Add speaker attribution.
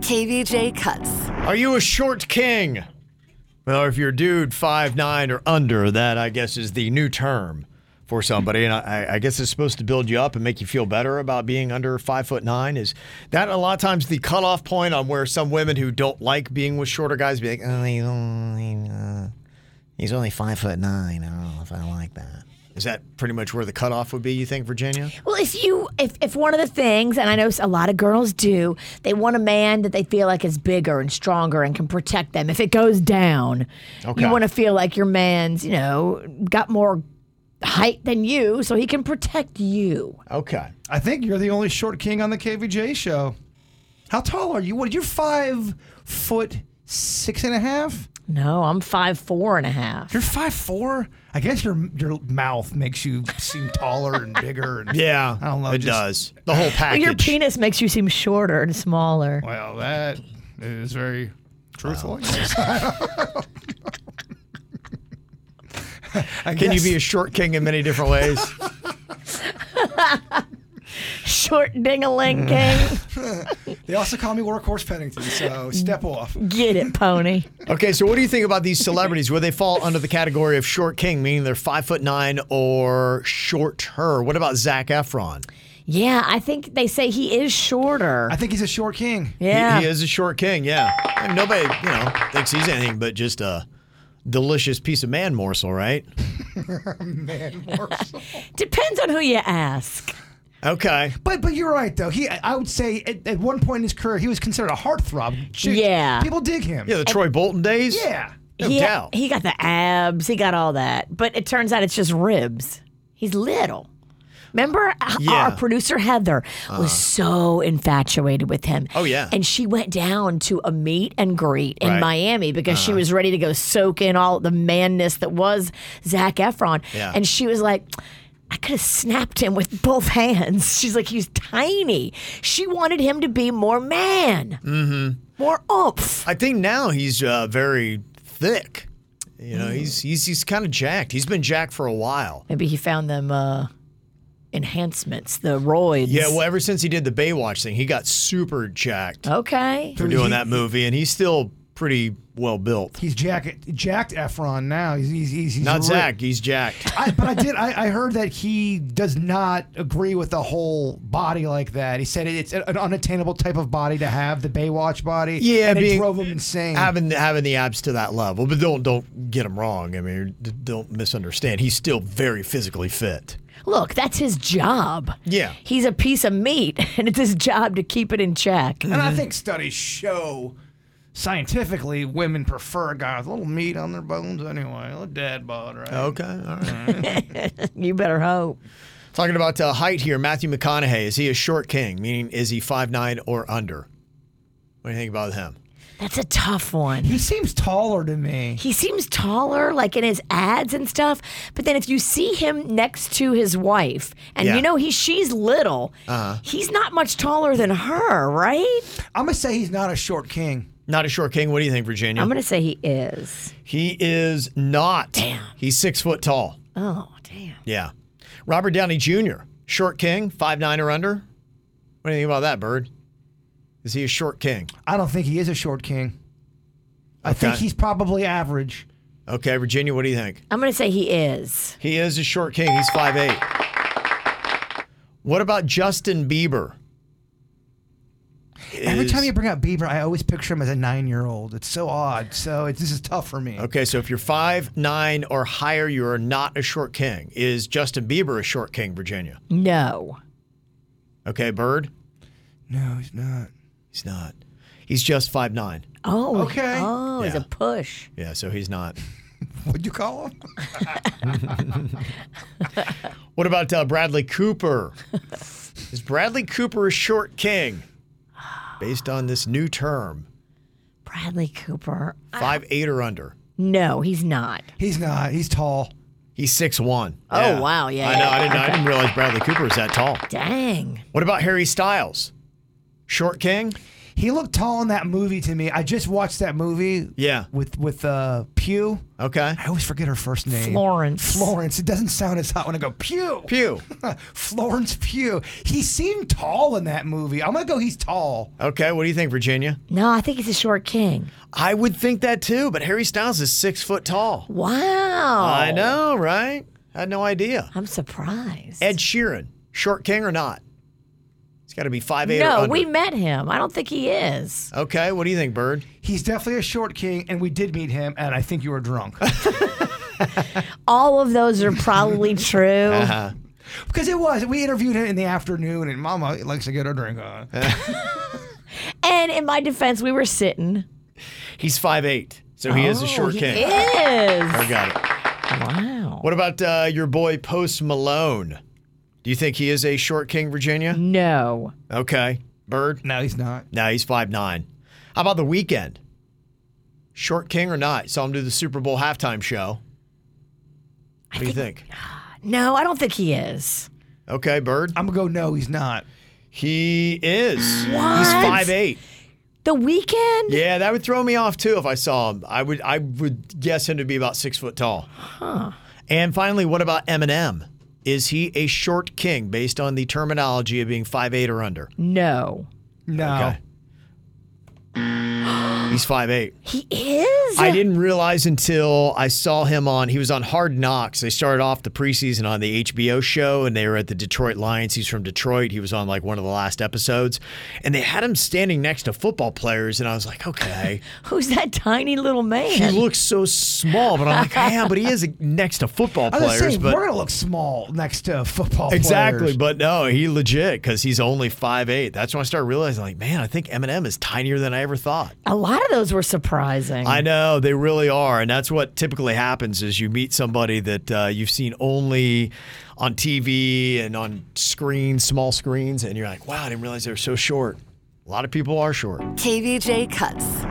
Speaker 1: KVJ cuts.
Speaker 2: Are you a short king? Well, if you're a dude five nine or under, that I guess is the new term for somebody, and I, I guess it's supposed to build you up and make you feel better about being under five foot nine. Is that a lot of times the cutoff point on where some women who don't like being with shorter guys be like, oh, he's only, uh, he's only five foot nine. I don't know if I like that. Is that pretty much where the cutoff would be? You think, Virginia?
Speaker 3: Well, if you if if one of the things, and I know a lot of girls do, they want a man that they feel like is bigger and stronger and can protect them. If it goes down,
Speaker 2: Okay.
Speaker 3: you want to feel like your man's, you know, got more height than you, so he can protect you.
Speaker 2: Okay.
Speaker 4: I think you're the only short king on the KVJ show. How tall are you? What? You're five foot six and a half.
Speaker 3: No, I'm five four and a half.
Speaker 4: You're five four. I guess your your mouth makes you seem taller and bigger. And,
Speaker 2: Yeah.
Speaker 4: I don't know.
Speaker 2: It
Speaker 4: just-
Speaker 2: does. The whole package.
Speaker 3: Your penis makes you seem shorter and smaller.
Speaker 4: Well, that is very truthful.
Speaker 2: Can you be a short king in many different ways?
Speaker 3: Short ding a ling king.
Speaker 4: They also call me Workhorse Pennington, so step off.
Speaker 3: Get it, pony.
Speaker 2: Okay, so what do you think about these celebrities? Will they fall under the category of short king, meaning they're five foot nine or shorter? What about Zach Efron?
Speaker 3: Yeah, I think they say he is shorter.
Speaker 4: I think he's a short king.
Speaker 2: He-
Speaker 3: yeah.
Speaker 2: He, is a short king, yeah. And nobody, you know, thinks he's anything but just a delicious piece of man morsel, right?
Speaker 3: Depends on who you ask.
Speaker 2: Okay.
Speaker 4: But but you're right though. He I would say at, at one point in his career he was considered a heartthrob. Chicks-
Speaker 3: Yeah.
Speaker 4: people dig him.
Speaker 2: Yeah, the Troy Bolton days?
Speaker 4: yeah.
Speaker 2: No
Speaker 3: he,
Speaker 2: doubt.
Speaker 3: he got the abs, he got all that. But it turns out it's just ribs. He's little. Remember, h-
Speaker 2: Yeah. Uh-huh.
Speaker 3: our producer Heather was so infatuated with him.
Speaker 2: Oh, yeah.
Speaker 3: And she went down to a meet and greet in
Speaker 2: Right. Uh-huh.
Speaker 3: Miami because she was ready to go soak in all the manness that was Zach Efron.
Speaker 2: Yeah.
Speaker 3: And she was like, I could have snapped him with both hands. She's like, he's tiny. She wanted him to be more man, mm-hmm. more oomph.
Speaker 2: I think now he's uh, very thick. You know, he's he's he's kind of jacked. He's been jacked for a while.
Speaker 3: Maybe he found them uh, enhancements, the roids.
Speaker 2: Yeah, well, ever since he did the Baywatch thing, he got super jacked.
Speaker 3: okay.
Speaker 2: for doing that movie, and he's still pretty well built.
Speaker 4: He's jacked jacked Efron now. He's he's he's, he's
Speaker 2: Not
Speaker 4: ri-
Speaker 2: Zach, he's jacked.
Speaker 4: I, but I did. I, I heard that he does not agree with the whole body like that. He said it's an unattainable type of body to have the Baywatch body.
Speaker 2: Yeah,
Speaker 4: and
Speaker 2: being-
Speaker 4: it drove him insane.
Speaker 2: Having having the abs to that level, but don't don't get him wrong. I mean, d- don't misunderstand. He's still very physically fit.
Speaker 3: Look, that's his job.
Speaker 2: Yeah.
Speaker 3: He's a piece of meat, and it's his job to keep it in check.
Speaker 4: and
Speaker 2: Mm-hmm.
Speaker 4: I think studies show scientifically women prefer a guy with a little meat on their bones anyway, a little dad bod, right?
Speaker 2: Okay, all right.
Speaker 3: You better hope.
Speaker 2: Talking about uh, height here, Matthew McConaughey is he a short king? Meaning, is he five nine or under? What do you think about him?
Speaker 3: That's a tough one.
Speaker 4: He seems taller to me.
Speaker 3: He seems taller, like in his ads and stuff. But then if you see him next to his wife, and
Speaker 2: Yeah. Uh-huh.
Speaker 3: you know he she's little, he's not much taller than her, right?
Speaker 4: I'm gonna say he's not a short king.
Speaker 2: Not a short king. What do you think, Virginia?
Speaker 3: I'm gonna say he is.
Speaker 2: he is not.
Speaker 3: Damn.
Speaker 2: He's six foot tall.
Speaker 3: Oh damn.
Speaker 2: Yeah. Robert Downey Jr., short king, five nine or under. What do you think about that, Bird? Is he a short king?
Speaker 4: I don't think he is a short king. I
Speaker 2: Okay.
Speaker 4: think he's probably average.
Speaker 2: Okay, Virginia, what do you think?
Speaker 3: I'm gonna say he is.
Speaker 2: He is a short king. He's five eight. What about Justin Bieber?
Speaker 4: Every
Speaker 2: Is-
Speaker 4: time you bring up Bieber, I always picture him as a nine-year-old. It's so odd. So it's, this is tough for me.
Speaker 2: Okay, so if you're five nine or higher, you are not a short king. Is Justin Bieber a short king, Virginia?
Speaker 3: No.
Speaker 2: Okay, Bird?
Speaker 4: No, he's not.
Speaker 2: He's not. He's just five nine.
Speaker 3: Oh.
Speaker 4: Okay.
Speaker 3: Oh, it's
Speaker 2: Yeah.
Speaker 3: a push.
Speaker 2: Yeah, so he's not.
Speaker 4: What'd you call him?
Speaker 2: What about uh, Bradley Cooper? Is Bradley Cooper a short king? Based on this new term,
Speaker 3: Bradley Cooper.
Speaker 2: five eight or under.
Speaker 3: No, he's not.
Speaker 4: He's not. He's tall.
Speaker 2: He's six one.
Speaker 3: Oh, wow. Yeah,
Speaker 2: I
Speaker 3: yeah,
Speaker 2: know. I didn't. I didn't realize Bradley Cooper was that tall.
Speaker 3: Dang.
Speaker 2: What about Harry Styles? Short king?
Speaker 4: He looked tall in that movie to me. I just watched that movie.
Speaker 2: Yeah.
Speaker 4: With with uh Pew.
Speaker 2: Okay.
Speaker 4: I always forget her first name.
Speaker 3: Florence.
Speaker 4: Florence. It doesn't sound as hot when I go Pew.
Speaker 2: Pew.
Speaker 4: Florence Pugh. He seemed tall in that movie. I'm gonna go. He's tall.
Speaker 2: Okay. What do you think, Virginia?
Speaker 3: No, I think he's a short king.
Speaker 2: I would think that too, but Harry Styles is six foot tall.
Speaker 3: Wow.
Speaker 2: I know, right? I had no idea.
Speaker 3: I'm surprised.
Speaker 2: Ed Sheeran, short king or not? It's got to be five eight.
Speaker 3: no,
Speaker 2: or under.
Speaker 3: we met him. I don't think he is.
Speaker 2: Okay, what do you think, Bird?
Speaker 4: He's definitely a short king, and we did meet him. And I think you were drunk
Speaker 3: All of those are probably true.
Speaker 2: Uh-huh.
Speaker 4: because it was. We interviewed him in the afternoon, and Mama likes to get her drink on.
Speaker 3: And in my defense, we were sitting. Oh,
Speaker 2: He's five eight, so he is a short
Speaker 3: he
Speaker 2: king.
Speaker 3: Is.
Speaker 2: I got it.
Speaker 3: Wow.
Speaker 2: What about uh, your boy Post Malone? Do you think he is a short king, Virginia?
Speaker 3: No.
Speaker 2: Okay, Bird.
Speaker 4: No, he's not.
Speaker 2: No, he's five nine. How about the weekend? Short king or not? Saw him do the Super Bowl halftime show. What do you think?
Speaker 3: No, I don't think he is.
Speaker 2: Okay, Bird.
Speaker 4: I'm gonna go. No, he's not.
Speaker 2: He is.
Speaker 3: What?
Speaker 2: He's five eight.
Speaker 3: The weekend?
Speaker 2: Yeah, that would throw me off too if I saw him. I would I would guess him to be about six foot tall. Huh. And finally, what about Eminem? Is he a short king based on the terminology of being five eight or under?
Speaker 3: No.
Speaker 4: No.
Speaker 2: He's five eight.
Speaker 3: He is?
Speaker 2: I didn't realize until I saw him on. He was on Hard Knocks. They started off the preseason on the HBO show, and they were at the Detroit Lions. He's from Detroit. He was on like one of the last episodes, and they had him standing next to football players, and I was like, okay.
Speaker 3: Who's that tiny little
Speaker 2: He
Speaker 3: man?
Speaker 2: looks so small, but I'm like, yeah, but he is next to football
Speaker 4: I was
Speaker 2: players.
Speaker 4: saying
Speaker 2: but
Speaker 4: we're gonna look small next to football.
Speaker 2: exactly,
Speaker 4: players.
Speaker 2: but no, he legit because he's only 5'8". That's when I started realizing, like, man, I think Eminem is tinier than I ever thought.
Speaker 3: a lot of those were surprising.
Speaker 4: Mm.
Speaker 2: I know they really are, and that's what typically happens is you meet somebody that uh, you've seen only on TV and on screens, small screens, and you're like, wow, I didn't realize they were so short. A lot of people are short.
Speaker 1: KVJ Cuts.